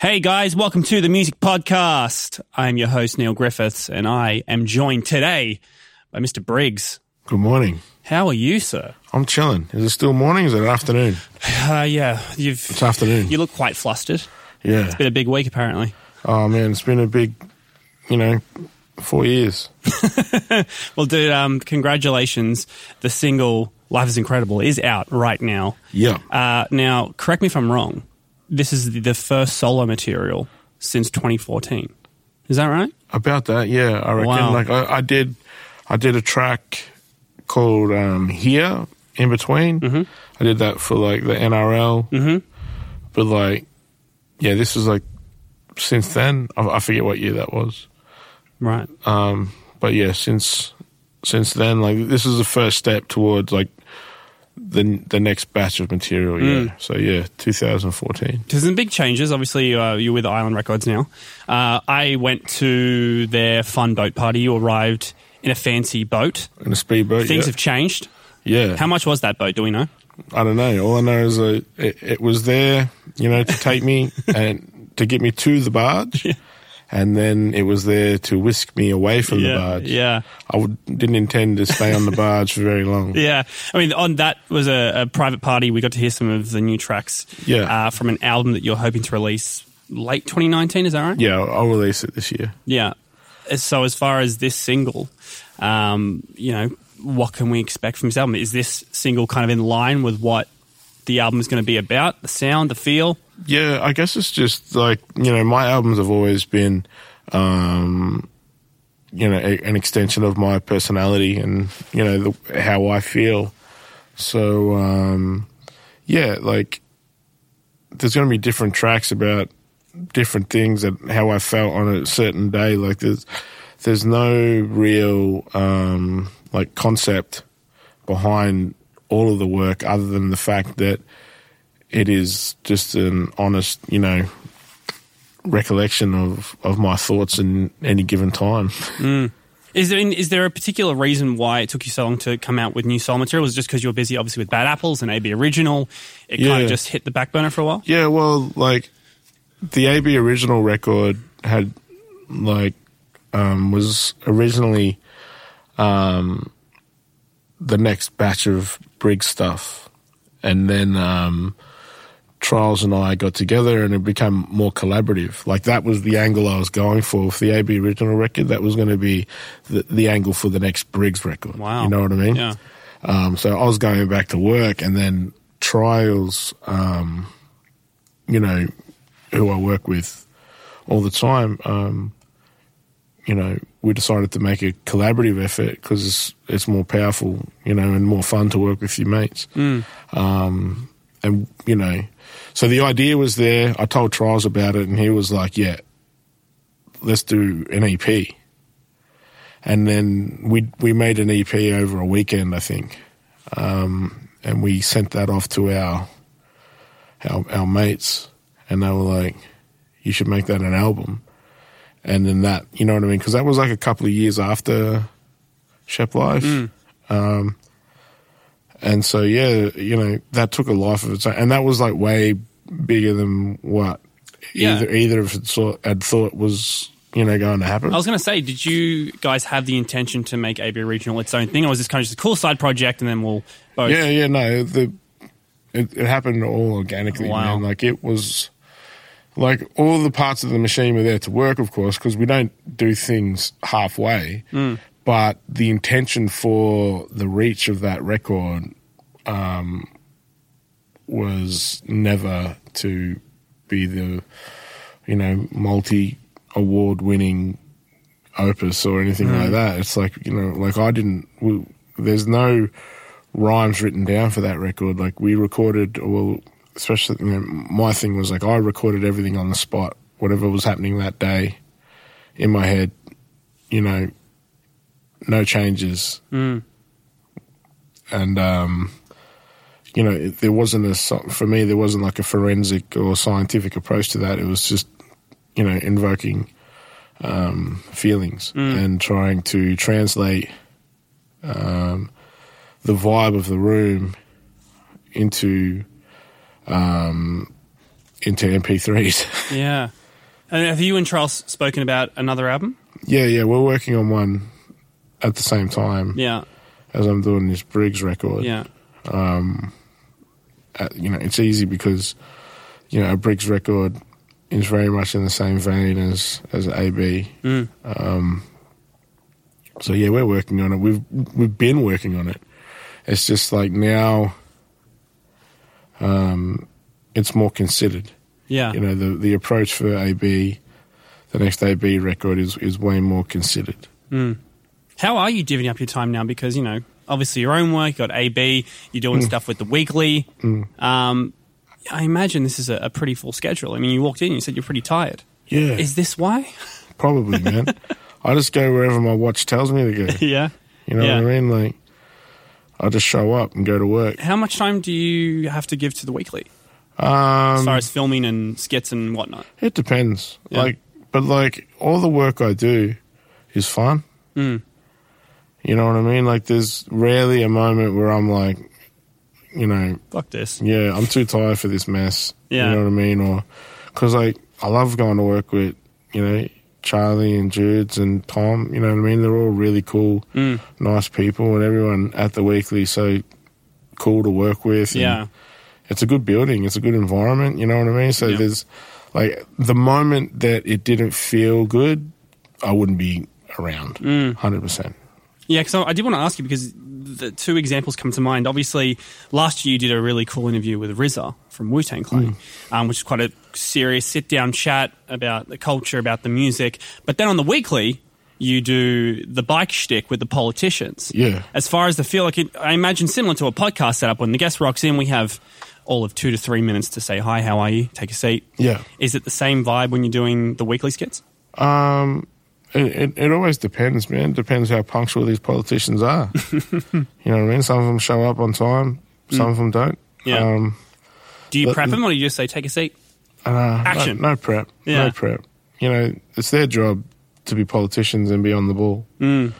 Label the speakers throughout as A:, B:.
A: Hey guys, welcome to the Music Podcast. I'm your host, Neil Griffiths, and I am joined today by Mr. Briggs.
B: Good morning.
A: How are you, sir?
B: I'm chilling. Is it still morning? Is it afternoon?
A: Uh, yeah, you've.
B: It's afternoon.
A: You look quite flustered.
B: Yeah.
A: It's been a big week, apparently.
B: oh man, it's been a big, you know, four years.
A: Well, dude, um, congratulations. The single Life is Incredible is out right now.
B: Yeah.
A: Uh, now, correct me if I'm wrong. This is the- the first solo material since 2014. Is that right?
B: About that, yeah. I reckon.
A: Wow.
B: Like I, I did, I did a track called um, "Here in Between." Mm-hmm. I did that for like the NRL. Mm-hmm. But like, yeah, this is like since then. I, I forget what year that was.
A: Right.
B: but yeah, since since then, like this is the first step towards like the the next batch of material. Yeah.
A: Mm.
B: So yeah, 2014.
A: There's some big changes. Obviously, uh, you're with Island Records now. Uh, I went to their fun boat party. You arrived in a fancy boat.
B: In a speedboat.
A: Things
B: yeah.
A: have changed.
B: yeah.
A: How much was that boat? Do we know?
B: I don't know. All I know is that it, it was there, you know, to take me and to get me to the barge. And then it was there to whisk me away from
A: yeah,
B: the barge.
A: yeah,
B: I would, didn't intend to stay on the barge for very long.
A: yeah. I mean, on that was a, a private party. We got to hear some of the new tracks.
B: Yeah.
A: Uh, from an album that you're hoping to release late 2019. Is that right?
B: Yeah, I'll I'll release it this year.
A: Yeah. As- So as far as this single, um, you know, what can we expect from this album? Is this single kind of in line with what the album is going to be about? The sound, the feel.
B: Yeah, I guess it's just like you know, my albums have always been, um, you know, a, an extension of my personality and you know the, how I feel. So um, yeah, like there's going to be different tracks about different things that how I felt on a certain day. Like there's there's no real um, like concept behind all of the work other than the fact that it is just an honest, you know, recollection of, of my thoughts in any given time.
A: Is there, is there a particular reason why it took you so long to come out with new soul material? Was it just because you were busy, obviously, with Bad Apples and AB Original? It kind
B: Yeah.
A: of just hit the back burner for a while?
B: Yeah, well, like the AB original record had like um, was originally um, the next batch of Briggs stuff, and then um, Trials and I got together, and it became more collaborative. Like that was the angle I was going for for the AB original record. That was going to be the, the angle for the next Briggs record.
A: Wow.
B: you know what I mean?
A: Yeah.
B: Um, so I was going back to work, and then Trials, um, you know, who I work with all the time, um, you know, we decided to make a collaborative effort because it's, it's more powerful, you know, and more fun to work with your mates. Um, and, you know, so the idea was there. I told Trials about it, and he was like, yeah, let's do an EP. And then we we made an EP over a weekend, I think, um, and we sent that off to our, our our mates, and they were like, "You should make that an album." And then that, you know what I mean? Because that was like a couple of years after Shep Life, um, and so yeah, you know that took a life of its own, and that was like way bigger than what
A: Yeah.
B: either either of us thought- had thought was you know going to happen.
A: I was going to say, did you guys have the intention to make AB Original its own thing? Or was this kind of just a cool side project and then we'll both.
B: Yeah, yeah, no, the it, it happened all organically,
A: Wow.
B: man. Like it was, like all the parts of the machine were there to work, of course, because we don't do things halfway. But the intention for the reach of that record um, was never to be the, you know, multi award winning opus or anything like that. It's like you know, like I didn't. We, there's no rhymes written down for that record. Like we recorded, well, especially you know, my thing was like I recorded everything on the spot, whatever was happening that day, in my head. You know, no changes, and um, you know, it, there wasn't a so- for me there wasn't like a forensic or scientific approach to that. It was just you know invoking um, feelings and trying to translate um, the vibe of the room into um, into MP3s.
A: Yeah. And have you and Charles spoken about another album?
B: yeah, yeah, we're working on one at the same time
A: Yeah.
B: as I'm doing this Briggs record.
A: Yeah.
B: Uh, you know, it's easy because you know a Briggs record is very much in the same vein as as AB.
A: Mm.
B: So yeah, we're working on it. We've we've been working on it. It's just like now, um, it's more considered.
A: Yeah.
B: You know, the the approach for AB, the next AB record is is way more considered.
A: How are you divvying up your time now? Because, you know, obviously your own work, you got AB, you're doing stuff with the weekly. Um, I imagine this is a, a pretty full schedule. I mean, you walked in, you said you're pretty tired.
B: Yeah,
A: Is this why?
B: probably, man. I just go wherever my watch tells me to go.
A: yeah.
B: You know
A: Yeah.
B: what I mean? Like, I just show up and go to work.
A: How much time do you have to give to the weekly as
B: Um,
A: far as filming and skits and whatnot?
B: It depends.
A: Yeah.
B: Like, but like all the work I do is fun.
A: Mm.
B: You know what I mean? Like, there's rarely a moment where I'm like, you know,
A: Fuck this.
B: yeah, I'm too tired for this mess.
A: Yeah.
B: You know what I mean? Or because like I love going to work with you know Charlie and Jude's and Tom. You know what I mean? They're all really cool,
A: Mm.
B: nice people, and everyone at the weekly is so cool to work with. and
A: Yeah.
B: it's a good building, it's a good environment, you know what I mean? So
A: Yeah.
B: there's like the moment that it didn't feel good, I wouldn't be around.
A: Mm.
B: 100%.
A: Yeah, because I, I did want to ask you because the two examples come to mind. Obviously, last year you did a really cool interview with RZA from Wu Tang Clan,
B: Mm.
A: um, which is quite a serious sit down chat about the culture, about the music. But then on the weekly, you do the bike shtick with the politicians.
B: Yeah.
A: As far as the feel, like it, I imagine similar to a podcast setup. When the guest rocks in, we have all of two to three minutes to say hi, how are you, take a seat.
B: Yeah.
A: Is it the same vibe when you're doing the weekly skits?
B: Um it, it, it always depends, man. Depends how punctual these politicians are. you know what I mean? Some of them show up on time, some of them don't.
A: Yeah.
B: Um,
A: Do you
B: But-
A: prep them, or do you just say take a seat?
B: Uh, no-
A: Action.
B: No, prep.
A: Yeah.
B: No prep. You know, it's their job to be politicians and be on the ball. Mm.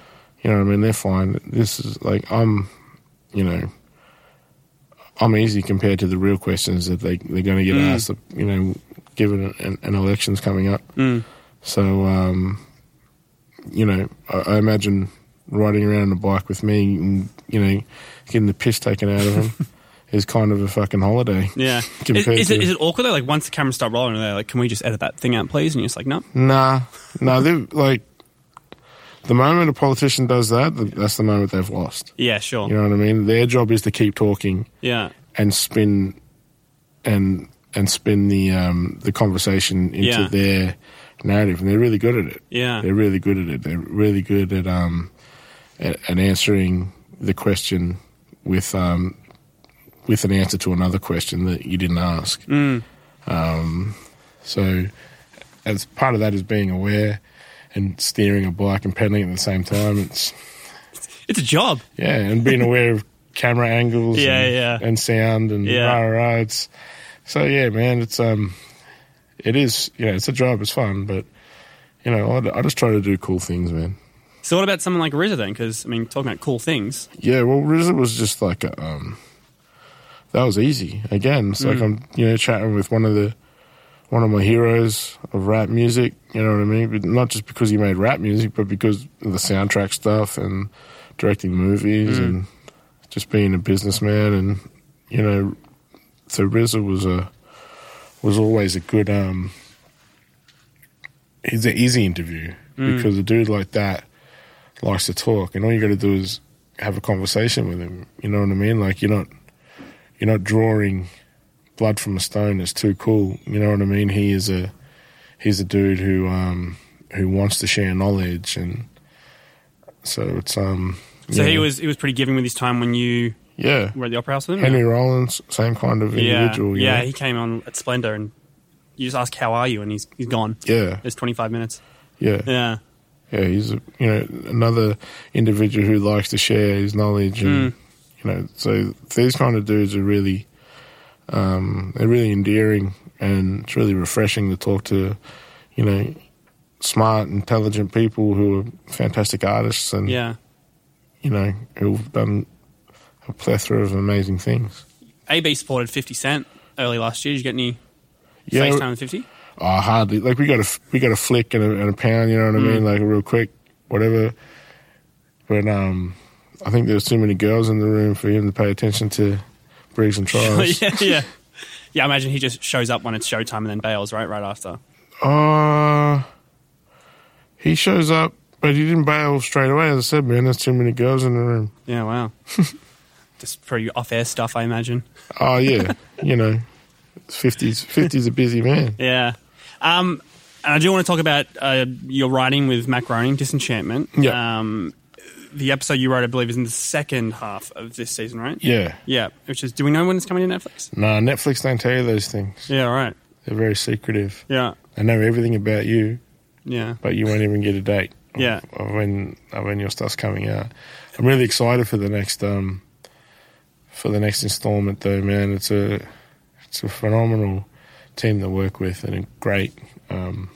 B: You know what I mean? They're fine. This is like, I'm, you know, I'm easy compared to the real questions that they, they're going to get
A: Mm.
B: asked, you know, given an, an election's coming up.
A: Mm.
B: So, um, you know, I, I imagine riding around on a bike with me and, you know, getting the piss taken out of him is kind of a fucking holiday.
A: Yeah. Is,
B: Compared
A: is it,
B: to-
A: is it awkward though? Like once the cameras start rolling, they're like, "Can we just edit that thing out, please?" And you're just like, "No."
B: Nah, no, they like the moment a politician does that, th- that's the moment they've lost.
A: Yeah, sure.
B: You
A: Yeah.
B: know what I mean? Their job is to keep talking and spin and and spin the um, the conversation into
A: Yeah.
B: their narrative, and they're really good at it.
A: Yeah.
B: they're really good at it. They're really good at um at, at answering the question with um with an answer to another question that you didn't ask. Um,
A: Mm.
B: So, as part of that is being aware and steering a bike and pedaling at the same time. It's
A: It's a job.
B: yeah, and being aware of camera angles,
A: Yeah,
B: and,
A: yeah.
B: and sound and
A: Yeah.
B: rah rah. It's so yeah, man. It's um, it is you know it's a job. It's fun, but you know I, I just try to do cool things, man.
A: So what about someone like RZA then? Because I mean, talking about cool things.
B: Yeah, well, RZA was just like a, um, that was easy. Again, it's
A: Mm.
B: like I'm you know chatting with one of the one of my heroes of rap music. You know what I mean? But not just because he made rap music, but because of the soundtrack stuff and directing movies
A: Mm.
B: and just being a businessman. And you know, so RZA was a was always a good um. He's an easy interview
A: Mm.
B: because a dude like that likes to talk, and all you got to do is have a conversation with him. You know what I mean? Like you're not you're not drawing blood from a stone. It's too cool. You know what I mean? He is a he's a dude who um who wants to share knowledge, and so it's um.
A: So
B: yeah.
A: he was he was pretty giving with his time when you
B: yeah.
A: were at the opera house with him.
B: Henry Rollins, same kind of
A: yeah,
B: individual. you
A: yeah.
B: know?
A: He came on at Splendor and you just ask, "How are you?" And he's he's gone.
B: yeah,
A: It's 25 minutes.
B: yeah, yeah.
A: Yeah.
B: He's a, you know another individual who likes to share his knowledge, and
A: Hmm.
B: you know, so these kind of dudes are really, um, they're really endearing, and it's really refreshing to talk to, you know, smart, intelligent people who are fantastic artists, and
A: Yeah.
B: you know, who've done a plethora of amazing things.
A: AB supported 50 Cent early last year. Did you get any
B: Yeah.
A: FaceTime and 50?
B: Oh, hardly. Like we got a we got a flick and a, and a pound. You know what I mean? Like real quick, whatever. But um, I think there's too many girls in the room for him to pay attention to Briggs and Trials.
A: yeah, yeah. Yeah, I imagine he just shows up when it's showtime and then bails, right? Right after.
B: Uh, he shows up, but he didn't bail straight away. As I said, man, there's too many girls in the room.
A: Yeah, wow. just pretty off air stuff, I imagine.
B: Oh yeah, you know, fifties. Fifties a busy man.
A: Yeah. Um, and I do want to talk about uh, your writing with Mac Groening, Disenchantment.
B: Yeah.
A: Um, the episode you wrote, I believe, is in the second half of this season, right?
B: Yeah.
A: Yeah. Which is, do we know when it's coming to Netflix?
B: Nah, Netflix don't tell you those things.
A: Yeah, right.
B: They're very secretive.
A: Yeah.
B: They know everything about you,
A: Yeah.
B: but you won't even get a date. of-
A: Yeah.
B: Of when of when your stuff's coming out. I'm really excited for the next um for the next installment though, man. It's a it's a phenomenal team to work with and a great um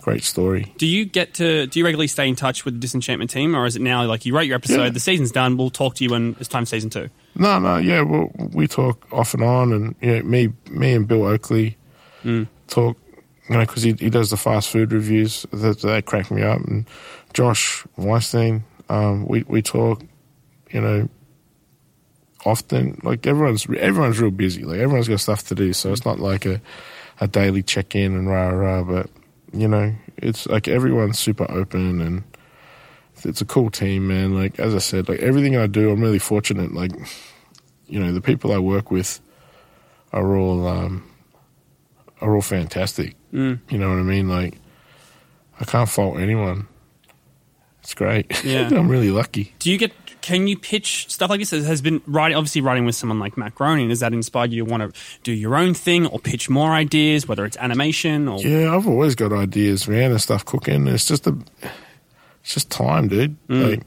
B: great story.
A: Do you get to, do you regularly stay in touch with the Disenchantment team, or is it now like you write your episode,
B: Yeah.
A: the season's done, we'll talk to you when it's time for season two?
B: No, no, yeah, well we talk off and on and you know, me me and Bill Oakley talk you know, because he, he does the fast food reviews that that crack me up, and Josh Weinstein, um, we we talk, you know, often. Like everyone's everyone's real busy. Like everyone's got stuff to do, so it's not like a a daily check in and rah rah. But you know, it's like everyone's super open and. It's a cool team, man. Like as I said, like everything I do, I'm really fortunate. Like, you know, the people I work with are all um, are all fantastic.
A: Mm.
B: You know what I mean? Like, I can't fault anyone. It's great.
A: Yeah.
B: I'm really lucky.
A: Do you get? Can you pitch stuff like this? Has been writing, obviously writing with someone like Matt Groening. Has that inspired you to want to do your own thing or pitch more ideas, whether it's animation or
B: Yeah, I've always got ideas, man, and stuff cooking. It's just a, it's just time, dude. Like,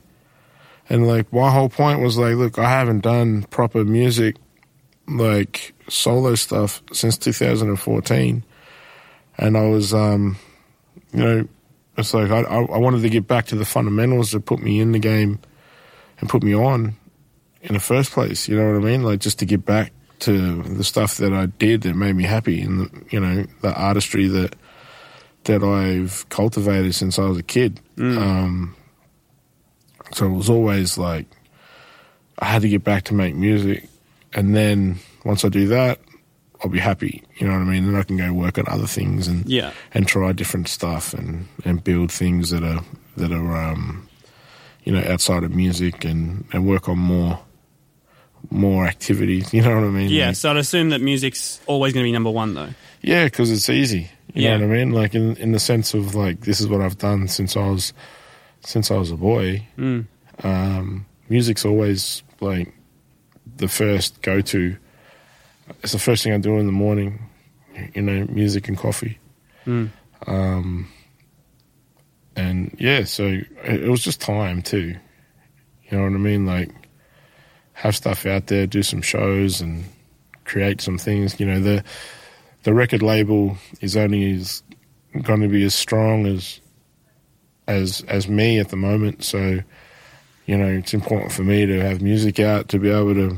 B: and like my whole point was like, look, I haven't done proper music, like solo stuff since 2014, and I was, um, you know, it's like I, I I wanted to get back to the fundamentals that put me in the game and put me on in the first place. You know what I mean? Like just to get back to the stuff that I did that made me happy, and the, you know the artistry that that I've cultivated since I was a kid. Um, so it was always like I had to get back to make music, and then once I do that, I'll be happy. You know what I mean? Then I can go work on other things and
A: Yeah.
B: and try different stuff and and build things that are that are um, you know outside of music and and work on more more activities. You know what I mean?
A: Yeah,
B: Like,
A: So I'd assume that music's always going to be number one, though.
B: yeah, because it's easy. You
A: Yeah.
B: know what I mean? Like in in the sense of like this is what I've done since I was since I was a boy. Um, music's always like the first go to. It's the first thing I do in the morning. You know, music and coffee. Um, and yeah, so it, it was just time too. You know what I mean? Like have stuff out there, do some shows, and create some things. You know the the record label is only as going to be as strong as as as me at the moment. So, you know, it's important for me to have music out to be able to,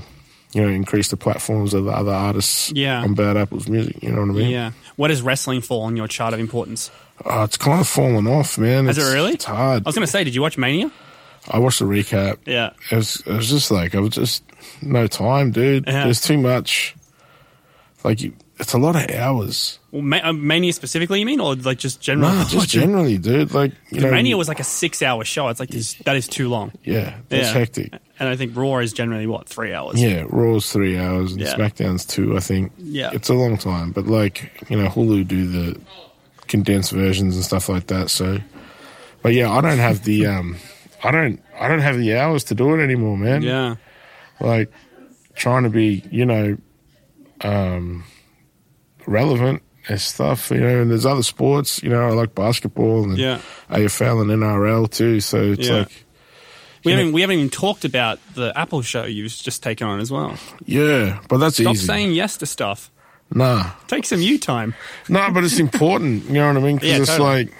B: you know, increase the platforms of the other artists
A: Yeah.
B: on Bad Apple's music. You know what I mean?
A: Yeah. Where does wrestling fall on your chart of importance?
B: Oh, it's kind of fallen off, man.
A: Has it
B: It's-
A: really?
B: It's hard.
A: I was going to say, did you watch Mania?
B: I watched the recap.
A: Yeah.
B: It was, it was just like I was just no time, dude.
A: Yeah.
B: There's too much. Like you, it's a lot of hours.
A: Well, Ma- uh, Mania specifically, you mean, or like just general?
B: No, just
A: watching?
B: generally, dude. Like you know,
A: Mania was like a six-hour show. It's like this, that is too long.
B: yeah, that's
A: Yeah.
B: hectic.
A: And I think Raw is generally what three hours.
B: Yeah, Raw's three hours and
A: Yeah.
B: SmackDown's two, I think.
A: Yeah.
B: It's a long time, but like, you know, Hulu do the condensed versions and stuff like that, so but yeah, I don't have the um I don't I don't have the hours to do it anymore, man.
A: Yeah.
B: Like trying to be, you know, um relevant and stuff, you know, and there's other sports, you know, I like basketball and
A: Yeah.
B: AFL and NRL too, so it's
A: Yeah.
B: like
A: We
B: You know-
A: haven't we haven't even talked about the Apple show you've just taken on as well.
B: yeah, but that's
A: Stop
B: easy.
A: saying yes to stuff.
B: nah.
A: Take some you time.
B: No, but it's important. You know what I mean? Because
A: Yeah,
B: it's
A: totally.
B: like,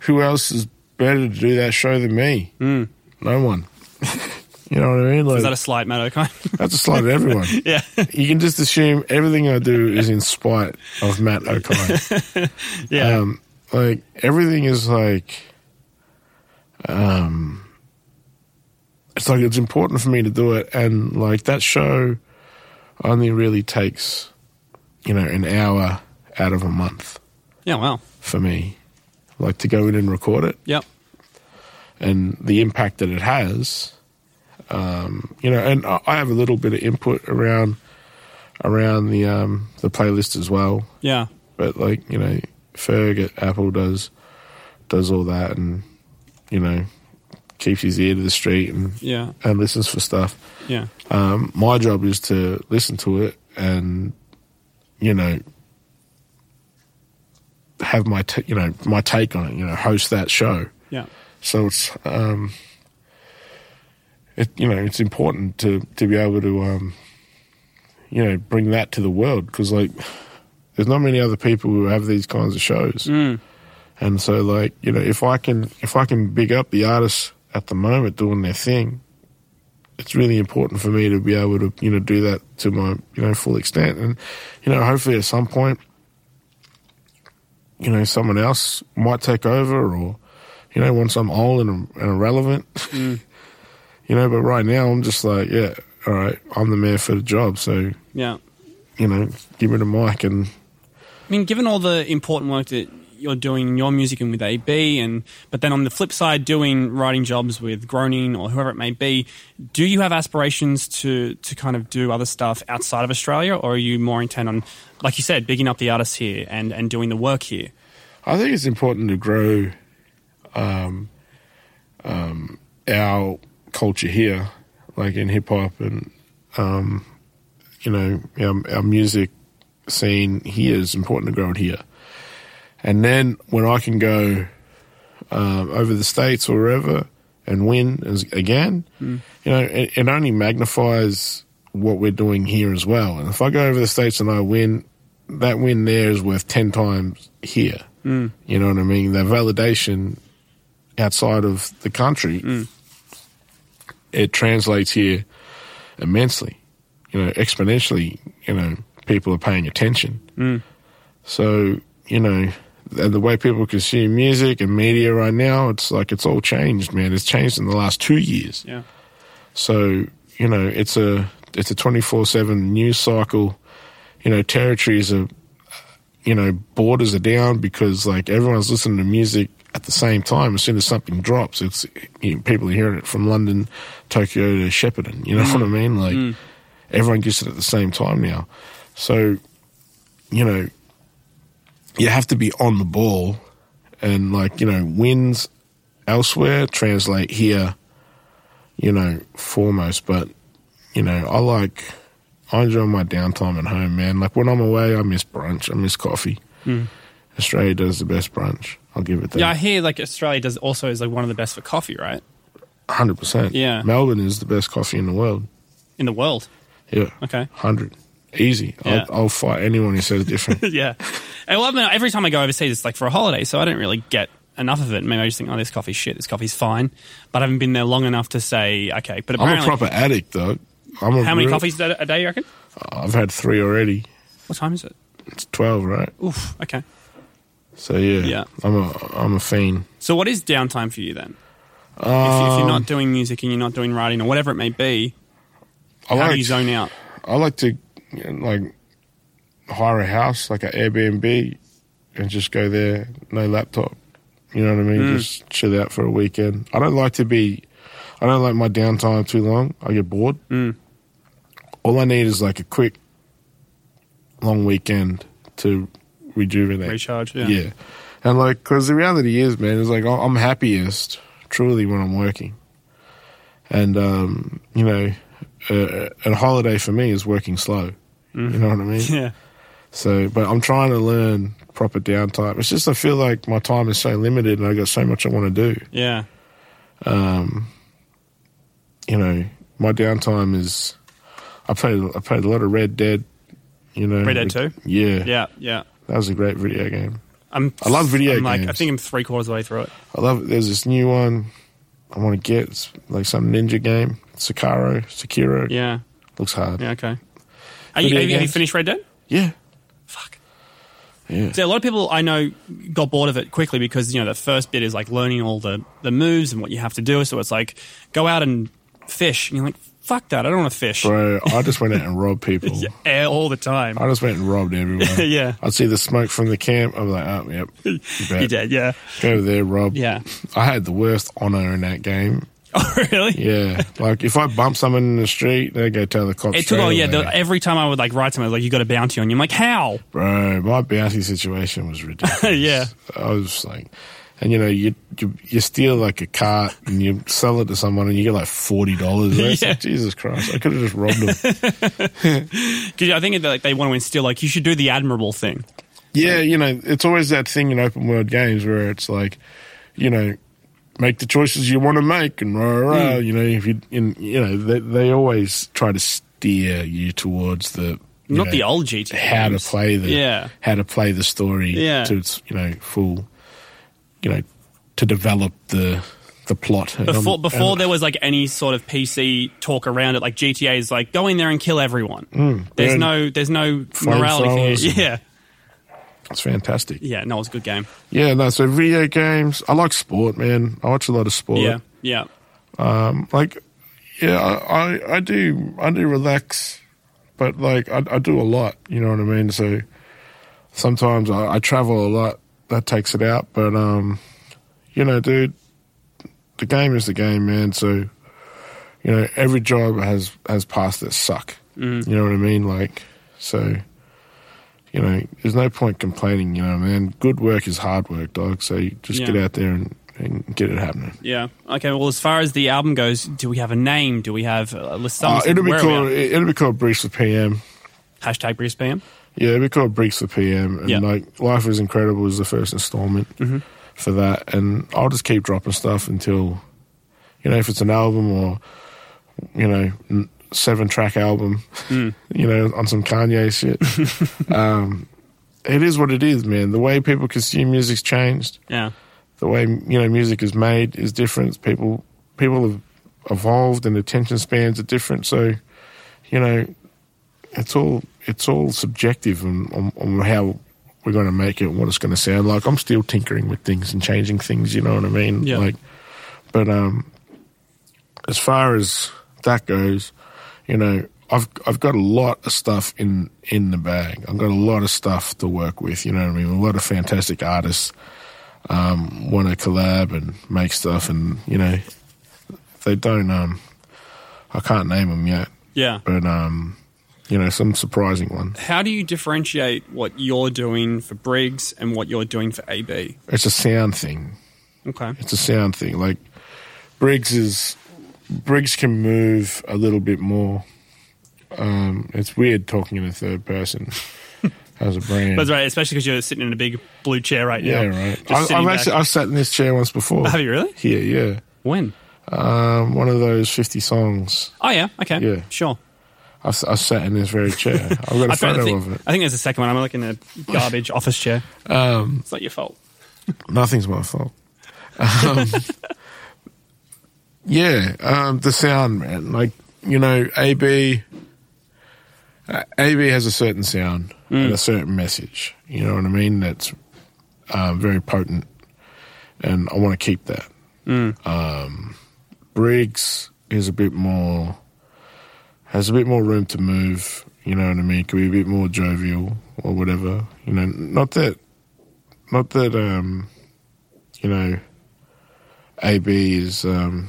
B: who else is better to do that show than me? No one. You know what I mean?
A: Mm. Is that
B: Like
A: a slight, Matt O'Kine?
B: that's a slight at everyone.
A: yeah.
B: You can just assume everything I do is in spite of Matt O'Kine.
A: Yeah.
B: Um, like everything is like, um, it's like it's important for me to do it, and like that show only really takes, you know, an hour out of a month
A: yeah. Wow.
B: for me, like to go in and record it
A: Yep.
B: and the impact that it has. Um, you know, and I I have a little bit of input around around the um, the playlist as well
A: Yeah.
B: but like you know, Ferg at Apple does does all that, and you know, keeps his ear to the street and
A: Yeah.
B: and listens for stuff.
A: Yeah.
B: Um, my job is to listen to it and you know have my t- you know my take on it. You know, host that show.
A: Yeah.
B: So it's um, it you know it's important to to be able to um, you know bring that to the world because like there's not many other people who have these kinds of shows,
A: Mm.
B: and so like you know if I can if I can big up the artists at the moment doing their thing, it's really important for me to be able to you know do that to my you know full extent, and you know hopefully at some point. You know, someone else might take over, or you know, once I'm old and, and irrelevant, you know, but right now I'm just like, yeah, all right, I'm the man for the job. So,
A: Yeah.
B: you know, give me the mic and
A: I mean, given all the important work that you're doing in your music and with AB, and but then on the flip side, doing writing jobs with Groening or whoever it may be, do you have aspirations to to kind of do other stuff outside of Australia, or are you more intent on, like you said, bigging up the artists here and and doing the work here?
B: I think it's important to grow um, um, our culture here, like in hip hop and, um, you know, our, our music scene here is important to grow it here. And then when I can go um, over the States or wherever and win as, again, you know, it, it only magnifies what we're doing here as well. And if I go over the States and I win, that win there is worth 10 times here. You know what I mean? That validation outside of the country, it translates here immensely, you know, exponentially. You know, people are paying attention. So, you know, and the way people consume music and media right now, it's like it's all changed, man. It's changed in the last two years.
A: Yeah,
B: So you know, it's a it's a twenty four seven news cycle. You know, territories are, you know, borders are down because like everyone's listening to music at the same time. As soon as something drops, it's you know, people are hearing it from London, Tokyo to Shepparton. You know what I mean? Like everyone gets it at the same time now. So you know, you have to be on the ball, and like you know, wins elsewhere translate here you know, foremost. But, you know, I like, I enjoy my downtime at home, man. Like when I'm away, I miss brunch, I miss coffee. Australia does the best brunch. I'll give it that.
A: Hmm. yeah. I hear like Australia does also is like one of the best for coffee, right,
B: 100%.
A: Yeah.
B: Melbourne is the best coffee in the world.
A: in the world.
B: Yeah.
A: Okay.
B: 100. Easy.
A: Yeah.
B: I'll, I'll fight anyone who says different.
A: yeah. And well, I mean, every time I go overseas, it's like for a holiday, so I don't really get enough of it. Maybe I just think, oh, this coffee's shit. This coffee's fine, but I haven't been there long enough to say, okay. But
B: I'm
A: apparently,
B: a proper addict, though. I'm a
A: how many
B: real-
A: coffees a a day? You reckon?
B: I've had three already.
A: What time is it?
B: It's 12, right?
A: Oof. Okay.
B: So, yeah.
A: Yeah.
B: I'm a, I'm a fiend.
A: So, what is downtime for you then? if, you- if
B: Uh,
A: you're not doing music and you're not doing writing or whatever it may be,
B: I
A: how
B: like,
A: do you zone out?
B: I like to you know, like hire a house, like an Airbnb, and just go there, no laptop. You know what I mean?
A: Mm.
B: Just chill out for a weekend. I don't like to be. I don't like my downtime too long. I get bored.
A: Mm,
B: All I need is like a quick, long weekend to rejuvenate.
A: Recharge.
B: yeah.
A: Yeah.
B: and like because the reality is, man, is like I- I'm happiest truly when I'm working, and um, you know, a, a holiday for me is working slow. You know what I mean?
A: Yeah.
B: So, but I'm trying to learn proper downtime. It's just I feel like my time is so limited, and I got so much I want to do.
A: Yeah.
B: You know, my downtime is I played I played a lot of Red Dead. You know,
A: Red Dead 2?
B: Yeah,
A: Yeah. Yeah.
B: that was a great video game.
A: I'm,
B: I love video
A: I'm Like, I
B: games.
A: think I'm three quarters of the way through it.
B: I love it. There's this new one I want to get. It's like some ninja game. Sakaro, Sekiro.
A: Yeah.
B: Looks hard.
A: Yeah. Okay. Are you,
B: Video
A: have you, have you
B: games?
A: finished Red Dead?
B: Yeah.
A: Fuck.
B: Yeah.
A: See, a lot of people I know got bored of it quickly because you know the first bit is like learning all the the moves and what you have to do. So it's like go out and fish, and you're like, fuck that, I don't want to fish
B: Bro, I just went out and robbed people.
A: Eh, all the time.
B: I just went and robbed everyone.
A: Yeah.
B: I'd see the smoke from the camp. I'm like, oh, yep. You
A: You
B: bet.
A: did, yeah,
B: Go there, rob.
A: yeah.
B: I had the worst honor in that game.
A: Oh, really?
B: Yeah. like, if I bump someone in the street, they go tell the cops.
A: It took
B: straight
A: oh yeah.
B: away.
A: The, every time I would like write something like you got a bounty on you, I'm like how?
B: Bro, my bounty situation was ridiculous.
A: Yeah.
B: I was like, and you know, you, you you steal like a cart and you sell it to someone and you get like forty dollars.
A: Yeah.
B: Jesus Christ, I could have just robbed them.
A: 'Cause I think that, like they want to instill like you should do the admirable thing.
B: yeah, you know, it's always that thing in open world games where it's like, you know, make the choices you want to make and rah rah. rah.
A: Hmm.
B: You know, if you in you know they they always try to steer you towards the you
A: Not
B: know,
A: the old GTA.
B: how to
A: games.
B: play the
A: Yeah.
B: how to play the story
A: Yeah.
B: to its you know full you know to develop the the plot Um, And
A: Before,
B: I'm-
A: before
B: and-
A: there was like any sort of PC talk around it, like GTA is like go in there and kill everyone. there's
B: yeah.
A: no, there's no morality.
B: throwers
A: Thing.
B: and-
A: Yeah,
B: it's fantastic
A: yeah. No, it's a good game.
B: yeah no so video games I like sport man I watch a lot of sport
A: Yeah, yeah,
B: like yeah I, I I do I do relax but like I, I do a lot you know what I mean so sometimes I, I travel a lot that takes it out but um you know dude the game is the game man so you know every job has has parts that suck you know what I mean like so you know there's no point complaining you know man good work is hard work dog so you just
A: Yeah.
B: get out there and, and get it happening
A: yeah. Okay. Well, as far as the album goes, do we have a name? Do we have a list?
B: Uh, it'll be
A: Where are we
B: called
A: at?
B: it'll be called Breach of PM.
A: Hashtag Bruce Bam.
B: Yeah, it'll be called Breach of PM. And
A: Yeah. Mm-hmm.
B: like Life is Incredible is the first installment for that. And I'll just keep dropping stuff until you know, if it's an album or you know, n- seven track album,
A: Mm.
B: you know, on some Kanye shit. um it is what it is, man. The way people consume music's changed.
A: Yeah,
B: The way you know music is made is different. People people have evolved and attention spans are different. So, you know, it's all it's all subjective on, on, on how we're going to make it and what it's going to sound like. I'm still tinkering with things and changing things. You know what I mean?
A: Yeah.
B: Like, but um, as far as that goes, you know, I've I've got a lot of stuff in in the bag. I've got a lot of stuff to work with. You know what I mean? A lot of fantastic artists um, want to collab and make stuff, and you know, they don't. Um, I can't name them yet
A: yeah.
B: but um, you know, some surprising one.
A: How do you differentiate what you're doing for Briggs and what you're doing for AB?
B: It's a sound thing.
A: Okay.
B: It's a sound thing. Like Briggs is Briggs can move a little bit more. Um, it's weird talking in the third person as a brand.
A: That's right, especially because you're sitting in a big blue chair right
B: Yeah,
A: now.
B: right.
A: Just
B: I, I've
A: sitting back.
B: actually I've sat in this chair once before.
A: Have you really?
B: Here, yeah.
A: When?
B: Um, one of those fifty songs.
A: Oh yeah. Okay.
B: Yeah.
A: Sure.
B: I, s- I sat in this very chair. I've got a
A: I,
B: photo
A: think,
B: of it.
A: I think there's a second one. I'm like in a garbage office chair.
B: Um,
A: it's not your fault.
B: Nothing's my fault. Um, yeah, um, the sound, man. Like you know, AB, uh, AB has a certain sound and a certain message. You know what I mean? That's uh, very potent, and I want to keep that. Um, Briggs is a bit more has a bit more room to move. You know what I mean? Could be a bit more jovial or whatever. You know, not that, not that. Um, you know, AB is um,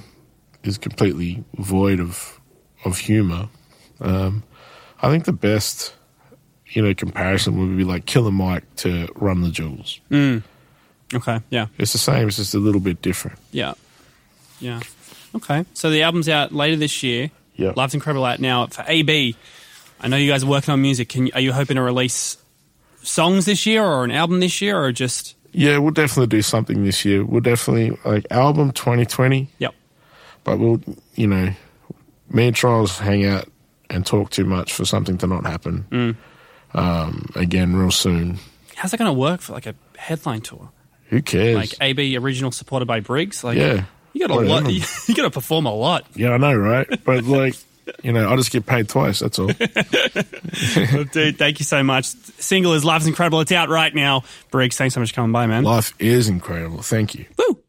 B: is completely void of of humor. Um, I think the best, you know, comparison would be like Killer Mike to Run the Jewels.
A: Okay. Yeah.
B: It's the same. It's just a little bit different.
A: Yeah. Yeah. Okay. So the album's out later this year.
B: Yeah.
A: Life's incredible out now for AB. I know you guys are working on music. Can you, are you hoping to release songs this year or an album this year or just?
B: Yeah, we'll definitely do something this year. We'll definitely like album twenty twenty.
A: Yep.
B: but we'll you know me and Charles hang out and talk too much for something to not happen um, again real soon.
A: How's that going to work for like a headline tour?
B: Who cares?
A: Like AB original supported by Briggs. Like
B: yeah,
A: You got a
B: Bloody
A: lot.
B: hell.
A: You, you got to perform a lot.
B: Yeah, I know, right? But like, you know, I just get paid twice. That's all.
A: Well, dude, thank you so much. Single is Life's Incredible. It's out right now. Briggs, thanks so much for coming by, man.
B: Life is incredible. Thank you.
A: Woo!